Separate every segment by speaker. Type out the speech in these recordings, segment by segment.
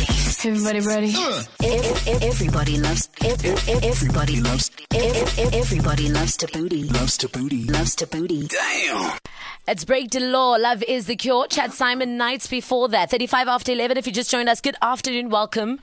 Speaker 1: Everybody ready?
Speaker 2: Everybody loves. Everybody loves. Everybody loves to booty.
Speaker 3: Loves to booty.
Speaker 2: Loves to booty.
Speaker 3: Damn.
Speaker 4: It's Break the Law. Love is the cure. Chad Simon nights before that. 35 after 11. If you just joined us, good afternoon. Welcome.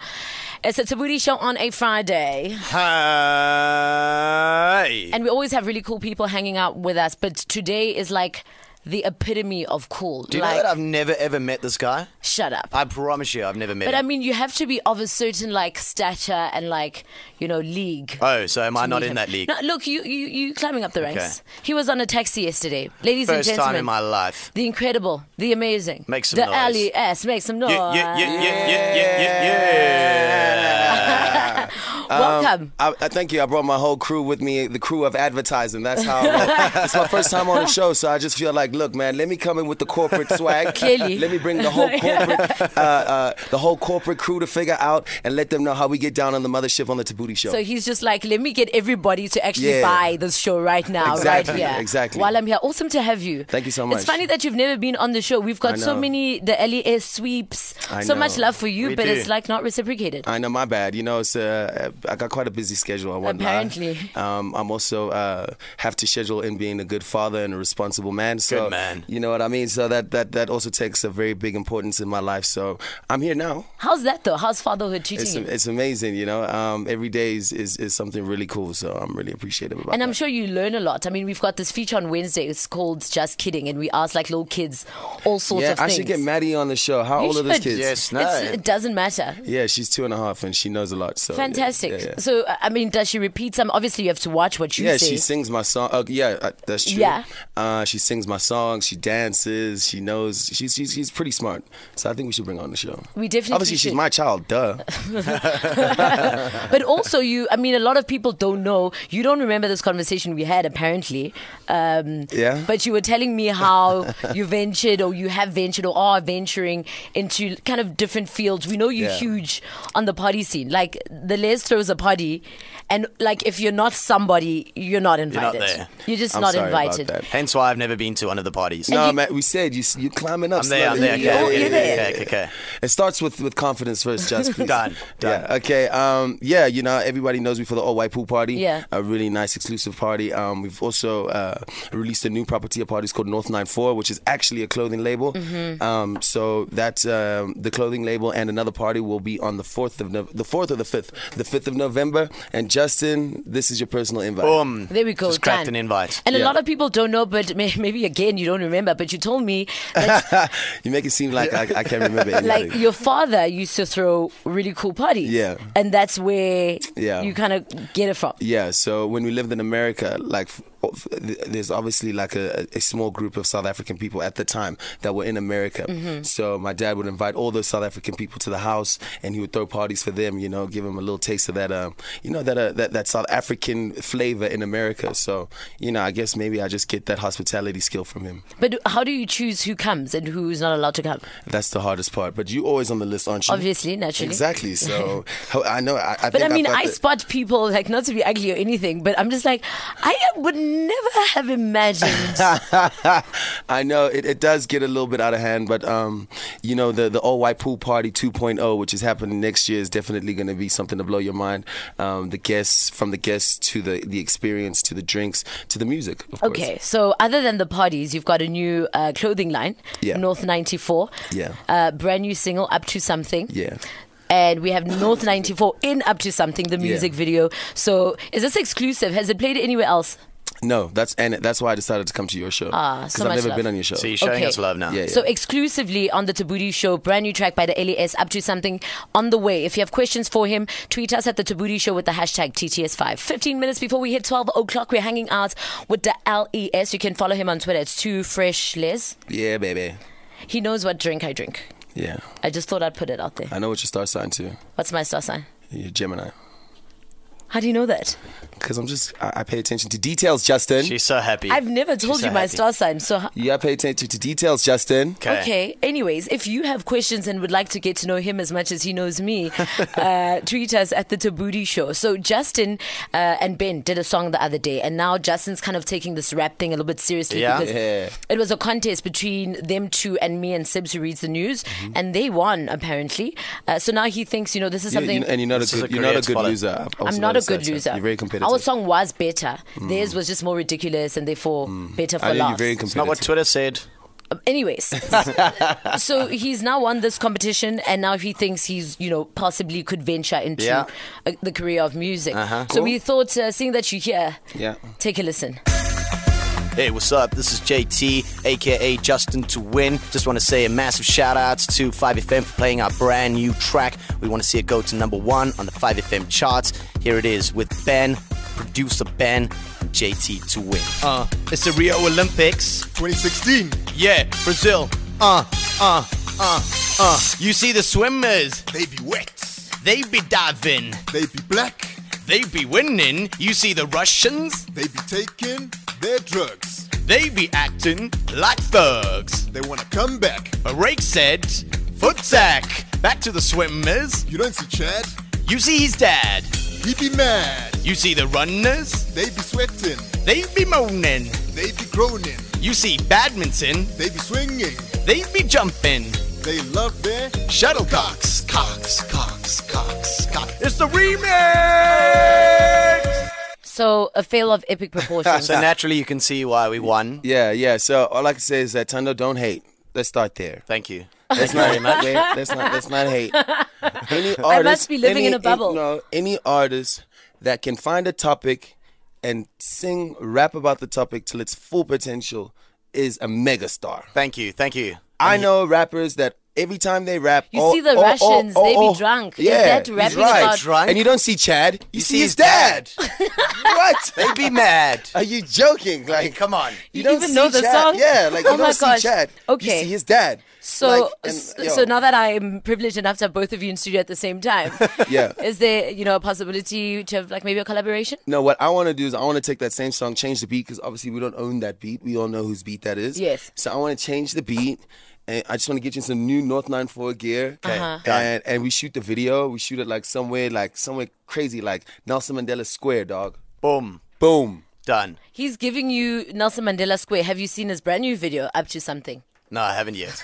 Speaker 4: It's a Tabuti show on a Friday.
Speaker 5: Hi.
Speaker 4: And we always have really cool people hanging out with us. But today is like the epitome of cool.
Speaker 5: Do you
Speaker 4: like,
Speaker 5: know that I've never ever met this guy?
Speaker 4: shut up.
Speaker 5: I promise you, I've never met
Speaker 4: but I
Speaker 5: him.
Speaker 4: mean, you have to be of a certain like stature and like, you know, league.
Speaker 5: oh, so am I
Speaker 4: to
Speaker 5: not
Speaker 4: meet
Speaker 5: in
Speaker 4: him.
Speaker 5: that league?
Speaker 4: No, look, you, you, you climbing up the ranks. He was on a taxi yesterday. Ladies and
Speaker 5: First
Speaker 4: gentlemen.
Speaker 5: time in my life.
Speaker 4: The incredible, the amazing,
Speaker 5: Make some
Speaker 4: the
Speaker 5: noise.
Speaker 4: Ali S, make some noise.
Speaker 5: Yeah, yeah, yeah, yeah, yeah, yeah, yeah. um,
Speaker 4: Welcome.
Speaker 6: I, I thank you. I brought my whole crew with me, the crew of advertising. That's how. uh, it's my first time on the show, so I just feel like, look, man, let me come in with the corporate swag.
Speaker 4: Clearly.
Speaker 6: Let me bring the whole corporate, uh, uh, the whole corporate crew to figure out and let them know how we get down on the mothership on the Tabooty show.
Speaker 4: so he's just like, let me get everybody to actually
Speaker 6: Yeah.
Speaker 4: buy this show right now, right
Speaker 6: Exactly,
Speaker 4: here.
Speaker 6: exactly.
Speaker 4: While I'm here. Awesome to have you.
Speaker 6: Thank you so
Speaker 4: It's
Speaker 6: much.
Speaker 4: funny that you've never been on the show. We've
Speaker 6: I
Speaker 4: got so
Speaker 6: know.
Speaker 4: many, the LES sweeps,
Speaker 6: I
Speaker 4: so
Speaker 6: know.
Speaker 4: much love for you,
Speaker 5: We
Speaker 4: but
Speaker 5: do.
Speaker 4: it's like not reciprocated.
Speaker 6: I know, my bad. You know, it's uh, I got quite a busy schedule. I won't lie.
Speaker 4: Apparently.
Speaker 6: um, I'm also uh, have to schedule in being a good father and a responsible man. So,
Speaker 5: Good man.
Speaker 6: You know what I mean? So that that that also takes a very big importance in my life. So I'm here now.
Speaker 4: How's that though? How's fatherhood treating
Speaker 6: It's
Speaker 4: you?
Speaker 6: it's amazing. You know, um, every day is, is is something really cool. So I'm really appreciative about.
Speaker 4: And I'm
Speaker 6: that.
Speaker 4: sure you learn a lot. I mean, we've got this feature on Wednesday. It's called Just Kidding, and we ask like little kids all sorts
Speaker 6: yeah,
Speaker 4: of
Speaker 6: I
Speaker 4: things.
Speaker 6: should get Maddie on the show. How
Speaker 4: You
Speaker 6: old are those
Speaker 4: should.
Speaker 6: kids?
Speaker 5: Yes, no.
Speaker 4: It's- it doesn't matter.
Speaker 6: Yeah, she's two and a half, and she knows a lot. So yeah,
Speaker 4: Fantastic.
Speaker 6: Yeah, yeah.
Speaker 4: So, I I mean, does she repeat some? Obviously, you have to watch what you
Speaker 6: Yeah,
Speaker 4: say.
Speaker 6: she sings my song. Uh, yeah, uh, that's true.
Speaker 4: Yeah.
Speaker 6: Uh, she sings my songs. She dances. She knows. She's, she's she's pretty smart. So I think we should bring her on the show.
Speaker 4: We definitely
Speaker 6: Obviously, she's
Speaker 4: should.
Speaker 6: my child. Duh.
Speaker 4: but also, you, I mean, a lot of people don't know. You don't remember this conversation we had, apparently. Um,
Speaker 6: Yeah.
Speaker 4: But you were telling me how you ventured or you have ventured or are venturing into kind of different fields. We know you're
Speaker 6: Yeah.
Speaker 4: huge on the party scene. Like, the Les throws a party, and like, if you're not somebody, you're not
Speaker 5: not
Speaker 4: invited.
Speaker 5: there.
Speaker 4: You're just
Speaker 6: I'm
Speaker 4: not
Speaker 6: sorry about
Speaker 4: invited.
Speaker 6: that.
Speaker 5: Hence why I've never been to one of the parties.
Speaker 6: No,
Speaker 4: you- Oh,
Speaker 6: man, we said you s- you're climbing up.
Speaker 5: I'm there, I'm there. Okay,
Speaker 6: slowly. Yeah,
Speaker 5: okay,
Speaker 6: yeah, yeah, yeah,
Speaker 5: okay,
Speaker 6: yeah.
Speaker 5: okay, okay.
Speaker 6: It starts with, with confidence first, Just please.
Speaker 5: Done, done.
Speaker 6: Yeah. Okay. Um. Yeah. You know, everybody knows me for the All White Pool Party.
Speaker 4: Yeah.
Speaker 6: A really nice exclusive party. Um. We've also uh, released a new property. A party it's called North 94, which is actually a clothing label. Um. So that's um, the clothing label and another party will be on the fourth of no- the fourth or the fifth, the fifth of November. And Justin, this is your personal invite.
Speaker 5: Boom.
Speaker 4: There we go.
Speaker 5: Um, Just cracked
Speaker 4: done.
Speaker 5: an invite.
Speaker 4: And a
Speaker 6: Yeah.
Speaker 4: lot of people don't know, but may- maybe again you don't remember. But you told me that
Speaker 6: you make it seem like I, I can't remember anything.
Speaker 4: like your father used to throw really cool parties.
Speaker 6: Yeah.
Speaker 4: And that's where
Speaker 6: Yeah.
Speaker 4: you kind of get it from.
Speaker 6: Yeah, so when we lived in America, like f- f- th- there's obviously like a, a small group of South African people at the time that were in America.
Speaker 4: Mm-hmm.
Speaker 6: So my dad would invite all those South African people to the house, and he would throw parties for them. You know, give them a little taste of that, um, you know, that uh, that that South African flavor in America. So you know, I guess maybe I just get that hospitality skill from him.
Speaker 4: But how do you choose who comes and who's not allowed to come?
Speaker 6: That's the hardest part. But you always on the list, aren't you?
Speaker 4: Obviously, naturally.
Speaker 6: Exactly. So how- I know. I, I
Speaker 4: But
Speaker 6: think
Speaker 4: I mean,
Speaker 6: got
Speaker 4: I
Speaker 6: the-
Speaker 4: spot people like not to be ugly or anything, but I'm just like, I would never have imagined.
Speaker 6: I know it, it does get a little bit out of hand, but um, you know the the all white pool party 2.0, which is happening next year, is definitely going to be something to blow your mind. Um, the guests from the guests to the the experience to the drinks to the music. Of
Speaker 4: Okay, so other than the parties, you've got a new uh, clothing line,
Speaker 6: Yeah.
Speaker 4: North 94.
Speaker 6: Yeah.
Speaker 4: Uh, brand new single, Up to Something.
Speaker 6: Yeah.
Speaker 4: And we have North 94 in Up to Something, the music video. So is this exclusive? Has it played anywhere else?
Speaker 6: course. No, that's and that's why I decided to come to your show
Speaker 4: Ah, so
Speaker 6: I've
Speaker 4: much
Speaker 6: never
Speaker 4: love.
Speaker 6: been on your show.
Speaker 5: So you're showing
Speaker 4: Okay.
Speaker 5: us love now.
Speaker 6: Yeah, yeah.
Speaker 4: So exclusively on the Tabuti Show, brand new track by the LES, Up to Something on the way. If you have questions for him, tweet us at the Tabuti Show with the hashtag TTS5. 15 minutes before we hit 12 o'clock, we're hanging out with the LES. You can follow him on Twitter. It's too fresh, Liz.
Speaker 6: yeah, baby.
Speaker 4: He knows what drink I drink.
Speaker 6: Yeah,
Speaker 5: Uh,
Speaker 4: I just thought I'd put it out there.
Speaker 6: I know what your star sign too.
Speaker 4: What's my star sign?
Speaker 6: You're Gemini.
Speaker 4: How do you know that?
Speaker 6: Because I'm just, I, I pay attention to details, Justin.
Speaker 5: She's so happy.
Speaker 4: I've never
Speaker 5: She's
Speaker 4: told
Speaker 5: so
Speaker 4: you my
Speaker 5: happy.
Speaker 4: star sign. So h-
Speaker 6: yeah, I pay attention to details, Justin.
Speaker 5: Okay.
Speaker 4: Okay. Anyways, if you have questions and would like to get to know him as much as he knows me, uh, tweet us at the Tabooty Show. So Justin uh, and Ben did a song the other day, and now Justin's kind of taking this rap thing a little bit seriously
Speaker 5: Yeah.
Speaker 4: because
Speaker 6: Yeah.
Speaker 4: it was a contest between them two and me and Sibs who reads the news,
Speaker 6: Mm-hmm.
Speaker 4: and they won apparently. Uh, so now he thinks, you know, this is
Speaker 6: You- you-
Speaker 4: something.
Speaker 6: and you're not
Speaker 5: This
Speaker 6: a
Speaker 5: is
Speaker 6: good,
Speaker 5: a
Speaker 6: you're not a
Speaker 5: career
Speaker 6: good
Speaker 5: follow.
Speaker 6: loser. I've also
Speaker 4: I'm not a
Speaker 6: noticed that,
Speaker 4: good
Speaker 6: Justin.
Speaker 4: loser.
Speaker 6: You're very competitive. Mm.
Speaker 4: Our song was better. Theirs was just more ridiculous and therefore better for
Speaker 6: I know you're
Speaker 4: laughs.
Speaker 6: very
Speaker 5: It's not
Speaker 6: competitive.
Speaker 5: what Twitter said.
Speaker 4: Anyways, so he's now won this competition, and now he thinks he's you know possibly could venture into
Speaker 5: Yeah.
Speaker 4: uh, the career of music.
Speaker 5: Uh-huh.
Speaker 4: So
Speaker 6: Cool.
Speaker 4: we thought, uh, seeing that you're here,
Speaker 6: Yeah.
Speaker 4: take a listen.
Speaker 5: Hey, what's up? This is JT, aka Justin to Win. Just want to say a massive shout out to 5FM for playing our brand new track. We want to see it go to number one on the 5FM charts. Here it is with Ben, producer Ben, and JT to Win. Uh, it's the Rio Olympics 2016. Yeah, Brazil. Uh, uh, uh, uh. You see the swimmers,
Speaker 1: They be wet.
Speaker 5: they be diving,
Speaker 1: They be black.
Speaker 5: they be winning. You see the Russians,
Speaker 1: They be taking their drugs.
Speaker 5: they be acting like thugs.
Speaker 1: They wanna come back.
Speaker 5: But Rake said, foot sack. Back to the swimmers.
Speaker 1: You don't see Chad?
Speaker 5: You see his dad.
Speaker 1: He be mad.
Speaker 5: You see the runners.
Speaker 1: They be sweating.
Speaker 5: They be moaning.
Speaker 1: They be groaning.
Speaker 5: You see badminton.
Speaker 1: They be swinging.
Speaker 5: They be jumping.
Speaker 1: They love their
Speaker 5: Shuttlecocks. Cocks, cocks, cocks, cocks. It's the remix!
Speaker 4: So a fail of epic proportions.
Speaker 5: So naturally, you can see why we won.
Speaker 6: Yeah, yeah. So all I can say is that Tando, don't hate. Let's start there.
Speaker 5: Thank you.
Speaker 6: Let's not, wait, let's not, let's not hate. Any artist, I
Speaker 4: must be living in a bubble.
Speaker 6: no, any artist that can find a topic and sing, rap about the topic till its full potential is a megastar.
Speaker 5: Thank you. Thank you.
Speaker 6: I know rappers that every time they rap,
Speaker 4: You
Speaker 6: oh,
Speaker 4: see the
Speaker 6: oh, oh,
Speaker 4: Russians,
Speaker 6: oh,
Speaker 4: they be
Speaker 6: oh.
Speaker 4: drunk. Is
Speaker 6: Yeah,
Speaker 4: that
Speaker 6: he's
Speaker 4: rapping
Speaker 6: right.
Speaker 4: about-
Speaker 5: Drunk?
Speaker 6: And you don't see Chad, you, see, his dad. what?
Speaker 5: They be mad.
Speaker 6: Are you joking? Like,
Speaker 5: Come on.
Speaker 6: You,
Speaker 4: You
Speaker 6: don't
Speaker 4: even
Speaker 6: see
Speaker 4: know the
Speaker 6: Chad.
Speaker 4: song?
Speaker 6: Yeah, like
Speaker 4: Oh
Speaker 6: you
Speaker 4: my
Speaker 6: don't see
Speaker 4: gosh.
Speaker 6: Chad.
Speaker 4: Okay.
Speaker 6: you see his dad.
Speaker 4: So,
Speaker 6: Like, and,
Speaker 4: s-
Speaker 6: yo.
Speaker 4: so now that I am privileged enough to have both of you in studio at the same time,
Speaker 6: Yeah.
Speaker 4: is there you know a possibility to have like maybe a collaboration?
Speaker 6: No, what I want to do is I want to take that same song, change the beat, because obviously we don't own that beat. We all know whose beat that is.
Speaker 4: Yes.
Speaker 6: So I want to change the beat, and I just want to get you some new North 94 gear.
Speaker 4: Uh-huh.
Speaker 6: Okay. And and we shoot the video. We shoot it like somewhere like somewhere crazy, like Nelson Mandela Square, dog.
Speaker 5: Boom.
Speaker 6: Boom.
Speaker 5: Done.
Speaker 4: He's giving you Nelson Mandela Square. Have you seen his brand new video up to something?
Speaker 5: No, I haven't yet.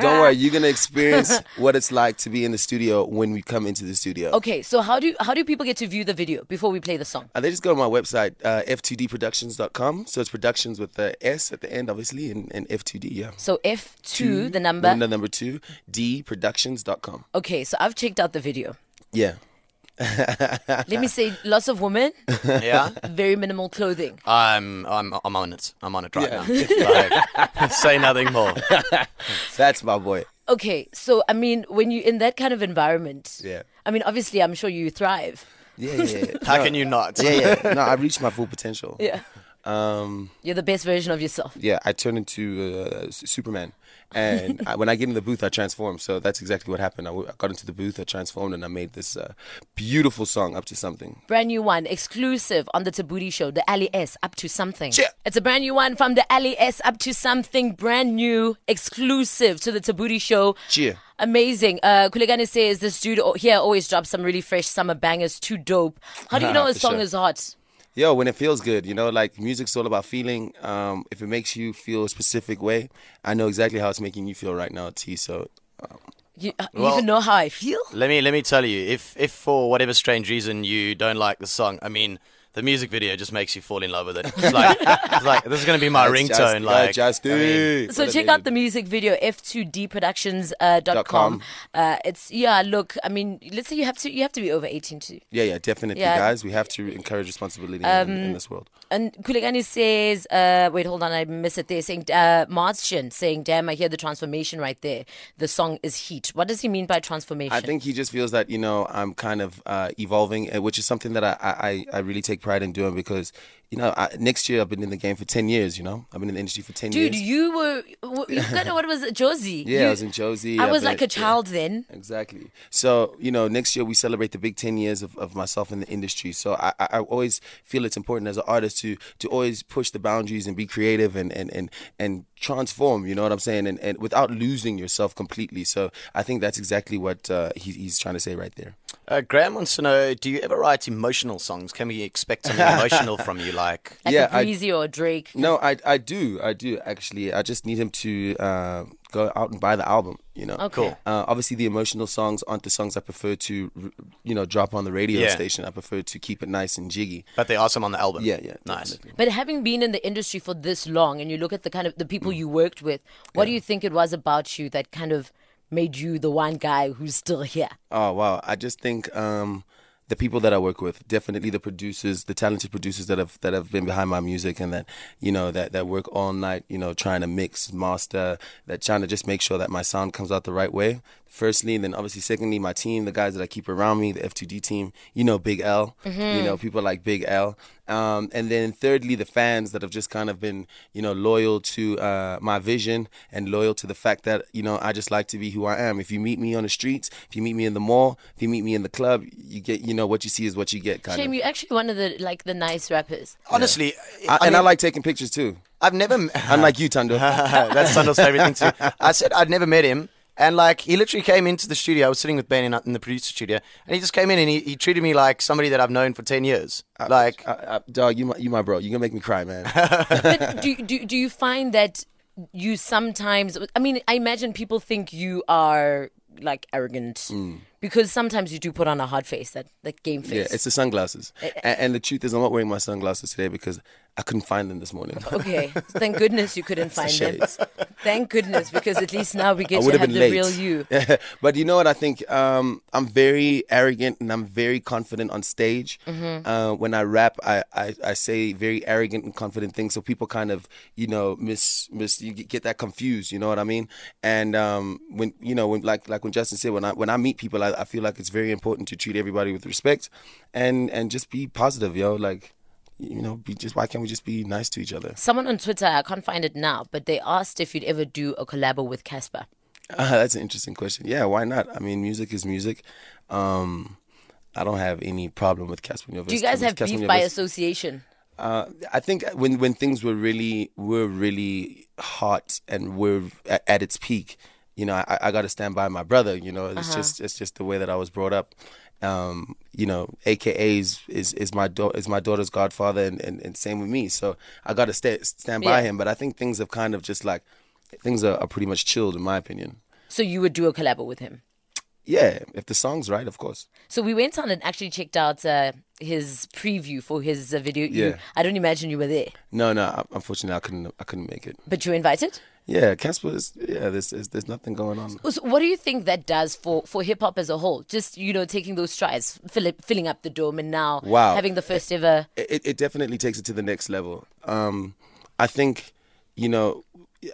Speaker 6: Don't worry, you're gonna experience what it's like to be in the studio when we come into the studio.
Speaker 4: Okay, so how do how do people get to view the video before we play the song?
Speaker 6: Uh, they just go to my website, uh, f2dproductions.com. So it's productions with the S at the end, obviously, and, and F2D, yeah.
Speaker 4: So F two the number.
Speaker 6: Then the number two, dproductions.com.
Speaker 4: Okay, so I've checked out the video.
Speaker 6: Yeah.
Speaker 4: Let me say, lots of women,
Speaker 5: yeah?
Speaker 4: very minimal clothing.
Speaker 5: I'm I'm I'm on it. I'm on it right now. Like, say nothing more.
Speaker 6: That's my boy.
Speaker 4: Okay, so I mean, when you're in that kind of environment,
Speaker 6: Yeah.
Speaker 4: I mean, obviously, I'm sure you thrive.
Speaker 6: Yeah, yeah. yeah.
Speaker 5: How can you not?
Speaker 6: yeah, yeah. No, I reached my full potential.
Speaker 4: Yeah,
Speaker 6: Um,
Speaker 4: you're the best version of yourself.
Speaker 6: yeah, I turned into uh, S- Superman. And I, when I get in the booth, I transform. So that's exactly what happened. I, w- I got into the booth, I transformed, and I made this uh, beautiful song up to something.
Speaker 4: Brand new one, exclusive on the Tabooty Show, the Ali S up to something.
Speaker 6: Yeah.
Speaker 4: It's a brand new one from the Ali S up to something, brand new, exclusive to the Tabooty Show.
Speaker 6: Yeah.
Speaker 4: Amazing. Uh, Kulegani says this dude o- here always drops some really fresh summer bangers, too dope. How do you know
Speaker 6: Ah,
Speaker 4: his
Speaker 6: for
Speaker 4: song
Speaker 6: sure.
Speaker 4: is hot?
Speaker 6: Yo, when it feels good, you know, like music's all about feeling. Um, if it makes you feel a specific way, I know exactly how it's making you feel right now, T. So
Speaker 4: You, uh, you
Speaker 5: Well-
Speaker 4: even know how I feel?
Speaker 5: Let me let me tell you, if if for whatever strange reason you don't like the song, I mean the music video just makes you fall in love with it. It's like, it's like this is gonna be my
Speaker 6: That's
Speaker 5: ringtone.
Speaker 6: just-
Speaker 5: like
Speaker 6: that's just
Speaker 5: I mean,
Speaker 6: it.
Speaker 4: So
Speaker 6: What a
Speaker 4: check out
Speaker 6: baby.
Speaker 4: the music video f2dproductions.com. Uh, dot com.
Speaker 6: com.
Speaker 4: uh, it's yeah. Look, I mean, let's say you have to you have to be over eighteen too.
Speaker 6: Yeah, yeah, definitely,
Speaker 4: Yeah. Um,
Speaker 6: guys. We have to encourage responsibility in- in, in this world.
Speaker 4: And Kulegani says, uh, wait, hold on, I miss it there. Saying uh, Martian saying, damn, I hear the transformation right there. The song is heat. What does he mean by transformation?
Speaker 6: I think he just feels that you know I'm kind of uh, evolving, uh, which is something that I, I I- I really take pride in doing because, you know, I, next year I've been in the game for 10 years, you know? I've been in the industry for 10
Speaker 4: Dude,
Speaker 6: years.
Speaker 4: you were w- you kind of what was it, Josie?
Speaker 6: Yeah, I
Speaker 4: You-
Speaker 6: was in Josie,
Speaker 4: I
Speaker 6: I've
Speaker 4: was
Speaker 6: been-
Speaker 4: like a child then.
Speaker 6: Exactly. So, you know, next year we celebrate the big 10 years of, of myself in the industry. So I, I I always feel it's important as an artist to to always push the boundaries and be creative and, and, and, and transform, you know what I'm saying? And, and without losing yourself completely. So I think that's exactly what uh, he, he's trying to say right there.
Speaker 5: Uh, Graham wants to know: Do you ever write emotional songs? Can we expect something emotional from you? Like,
Speaker 4: Like
Speaker 6: Yeah,
Speaker 4: a
Speaker 6: I-
Speaker 4: Breezy or a Drake.
Speaker 6: No, I, I do. I do, actually. I just need him to uh, go out and buy the album, you know?
Speaker 4: Okay. Cool.
Speaker 6: Uh, obviously, the emotional songs aren't the songs I prefer to, you know, drop on the radio
Speaker 5: Yeah.
Speaker 6: station. I prefer to keep it nice and jiggy.
Speaker 5: but they are some on the album.
Speaker 6: Yeah, yeah,
Speaker 5: nice.
Speaker 6: definitely.
Speaker 4: But having been in the industry for this long and you look at the kind of the
Speaker 6: Mm.
Speaker 4: people you worked with, what do you think it was about you that kind of made you the one guy who's still here?
Speaker 6: Oh wow! I just think um, the people that I work with, definitely the producers, the talented producers that have that have been behind my music, and that you know that that work all night, you know, trying to mix, master, that trying to just make sure that my sound comes out the right way. Firstly, and then obviously, secondly, my team, the guys that I keep around me, the F2D team, you know, Big L, you know, people like Big L, um, and then thirdly, the fans that have just kind of been, you know, loyal to uh, my vision and loyal to the fact that you know I just like to be who I am. If you meet me on the streets, if you meet me in the mall, if you meet me in the club, you get you know what you see is what you get. Kind
Speaker 4: Shame,
Speaker 6: of.
Speaker 4: you're actually one of the like the nice rappers.
Speaker 5: Honestly,
Speaker 6: I, and I
Speaker 5: mean,
Speaker 6: like taking pictures too.
Speaker 5: I've never.
Speaker 6: Unlike you, Tando.
Speaker 5: That's Sandal's favorite thing too. I said I'd never met him. And like he literally came into the studio. I was sitting with Ben in, in the producer studio, and he just came in and he, he treated me like somebody that I've known for ten years. Like
Speaker 6: I, I, dog, you my, you my bro. You're gonna make me cry, man.
Speaker 4: but do, do do you find that you sometimes? I mean, I imagine people think you are like arrogant because sometimes you do put on a hard face, that that game face.
Speaker 6: Mm. Yeah, it's the sunglasses. A- And, the truth is, I'm not wearing my sunglasses today because I couldn't find them this morning.
Speaker 4: Okay, thank goodness you couldn't find them.
Speaker 6: shades.
Speaker 4: Thank goodness because at least now we get
Speaker 6: I
Speaker 4: to
Speaker 6: would have
Speaker 4: have
Speaker 6: been
Speaker 4: the
Speaker 6: late.
Speaker 4: real you.
Speaker 6: but you know what? I think um, I'm very arrogant and I'm very confident on stage.
Speaker 4: Mm-hmm.
Speaker 6: Uh, when I rap, I, I, I say very arrogant and confident things, so people kind of you know miss miss you get get that confused. You know what I mean? And um, when you know when like like when Justin said, when I when I meet people, I, I feel like it's very important to treat everybody with respect and and just be positive, yo. Like you know, be just why can't we just be nice to each other?
Speaker 4: Someone on Twitter, I can't find it now, but they asked if you'd ever do a collabo with Casper.
Speaker 6: Uh, that's an interesting question. Yeah, why not? I mean, music is music. Um, I don't have any problem with Casper Nyovest.
Speaker 4: Do you guys have beef by association?
Speaker 6: Uh, I think when when things were really were really hot and were at, at its peak, you know, I, I got to stand by my brother. You know,
Speaker 4: Uh-huh.
Speaker 6: it's just it's just the way that I was brought up. Um, you know, AKA is is, is my da- is my daughter's godfather, and, and, and same with me. So I got to stay stand by
Speaker 4: Yeah.
Speaker 6: him. But I think things have kind of just like things are, are pretty much chilled in my opinion.
Speaker 4: So you would do a collabo with him.
Speaker 6: Yeah, if the song's right, of course.
Speaker 4: So we went on and actually checked out uh, his preview for his uh, video. You-
Speaker 6: Yeah.
Speaker 4: I don't imagine you were there,
Speaker 6: No, no. I- Unfortunately, I couldn't. I couldn't make it.
Speaker 4: but you were invited.
Speaker 6: Yeah, Casper is. Yeah, there's there's, there's nothing going on.
Speaker 4: So what do you think that does for, for hip hop as a whole? Just you know, taking those strides, fill, filling up the dome, and now
Speaker 6: Wow.
Speaker 4: having the first ever.
Speaker 6: It, it definitely takes it to the next level. Um, I think, you know,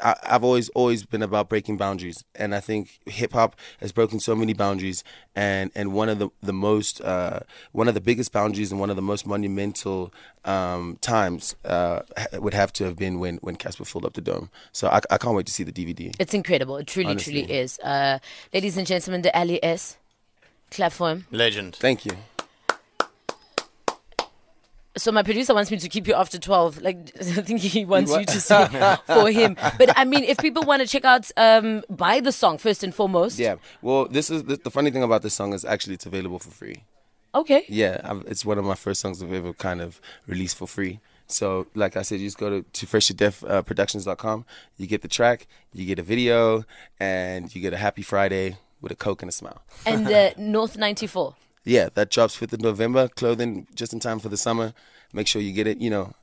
Speaker 6: I, I've always always been about breaking boundaries, and I think hip hop has broken so many boundaries, and and one of the the most uh, one of the biggest boundaries and one of the most monumental um, times uh, ha- would have to have been when when Casper filled up the dome. So I, I can't wait to see the DVD.
Speaker 4: It's incredible. It truly, truly
Speaker 6: Honestly.
Speaker 4: is. Uh, ladies and gentlemen, the Ali S. Clap for him.
Speaker 5: legend.
Speaker 6: Thank you.
Speaker 4: So my producer wants me to keep you after twelve. Like I think he wants
Speaker 6: wa-
Speaker 4: you to see for him. But I mean, if people want to check out, um, buy the song first and foremost.
Speaker 6: Yeah. Well, this is the, the funny thing about this song is actually it's available for free.
Speaker 4: Okay.
Speaker 6: Yeah, I've, it's one of my first songs I've ever kind of released for free. So, like I said, you just go to, uh, to freshyourdeafproductions.com. You get the track, you get a video, and you get a happy Friday with a Coke and a smile.
Speaker 4: And uh, North ninety four.
Speaker 6: Yeah, that drops 5th of November. Clothing just in time for the summer. Make sure you get it. You know,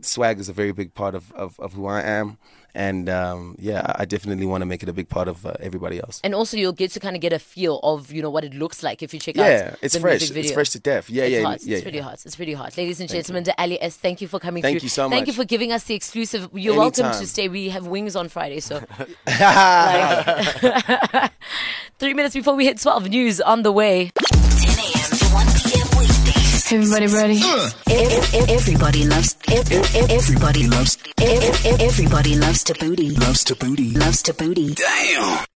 Speaker 6: swag is a very big part of, of, of who I am. And um, yeah, I- I definitely want to make it a big part of uh, everybody else.
Speaker 4: and also you'll get to kind of get a feel of you know what it looks like if you check out
Speaker 6: Yeah, it's
Speaker 4: the
Speaker 6: fresh.
Speaker 4: music video.
Speaker 6: It's fresh to death. Yeah,
Speaker 4: It's
Speaker 6: yeah,
Speaker 4: hot.
Speaker 6: yeah.
Speaker 4: it's
Speaker 6: yeah.
Speaker 4: pretty hot. It's pretty hot. Ladies and gentlemen, the Ali S, thank you for coming
Speaker 6: Thank
Speaker 4: through.
Speaker 6: you so
Speaker 4: Thank you
Speaker 6: much.
Speaker 4: for giving us the exclusive. You're welcome to
Speaker 6: Anytime.
Speaker 4: stay. We have wings on Friday, so. Like- Three minutes before we hit 12 news on the way.
Speaker 2: 10 a.m. to 1 p.m. weekdays.
Speaker 3: Everybody ready?
Speaker 2: Ev- ev- Everybody loves. ev- ev- Everybody loves. ev- ev- Everybody loves to booty. Loves to booty. Loves to booty.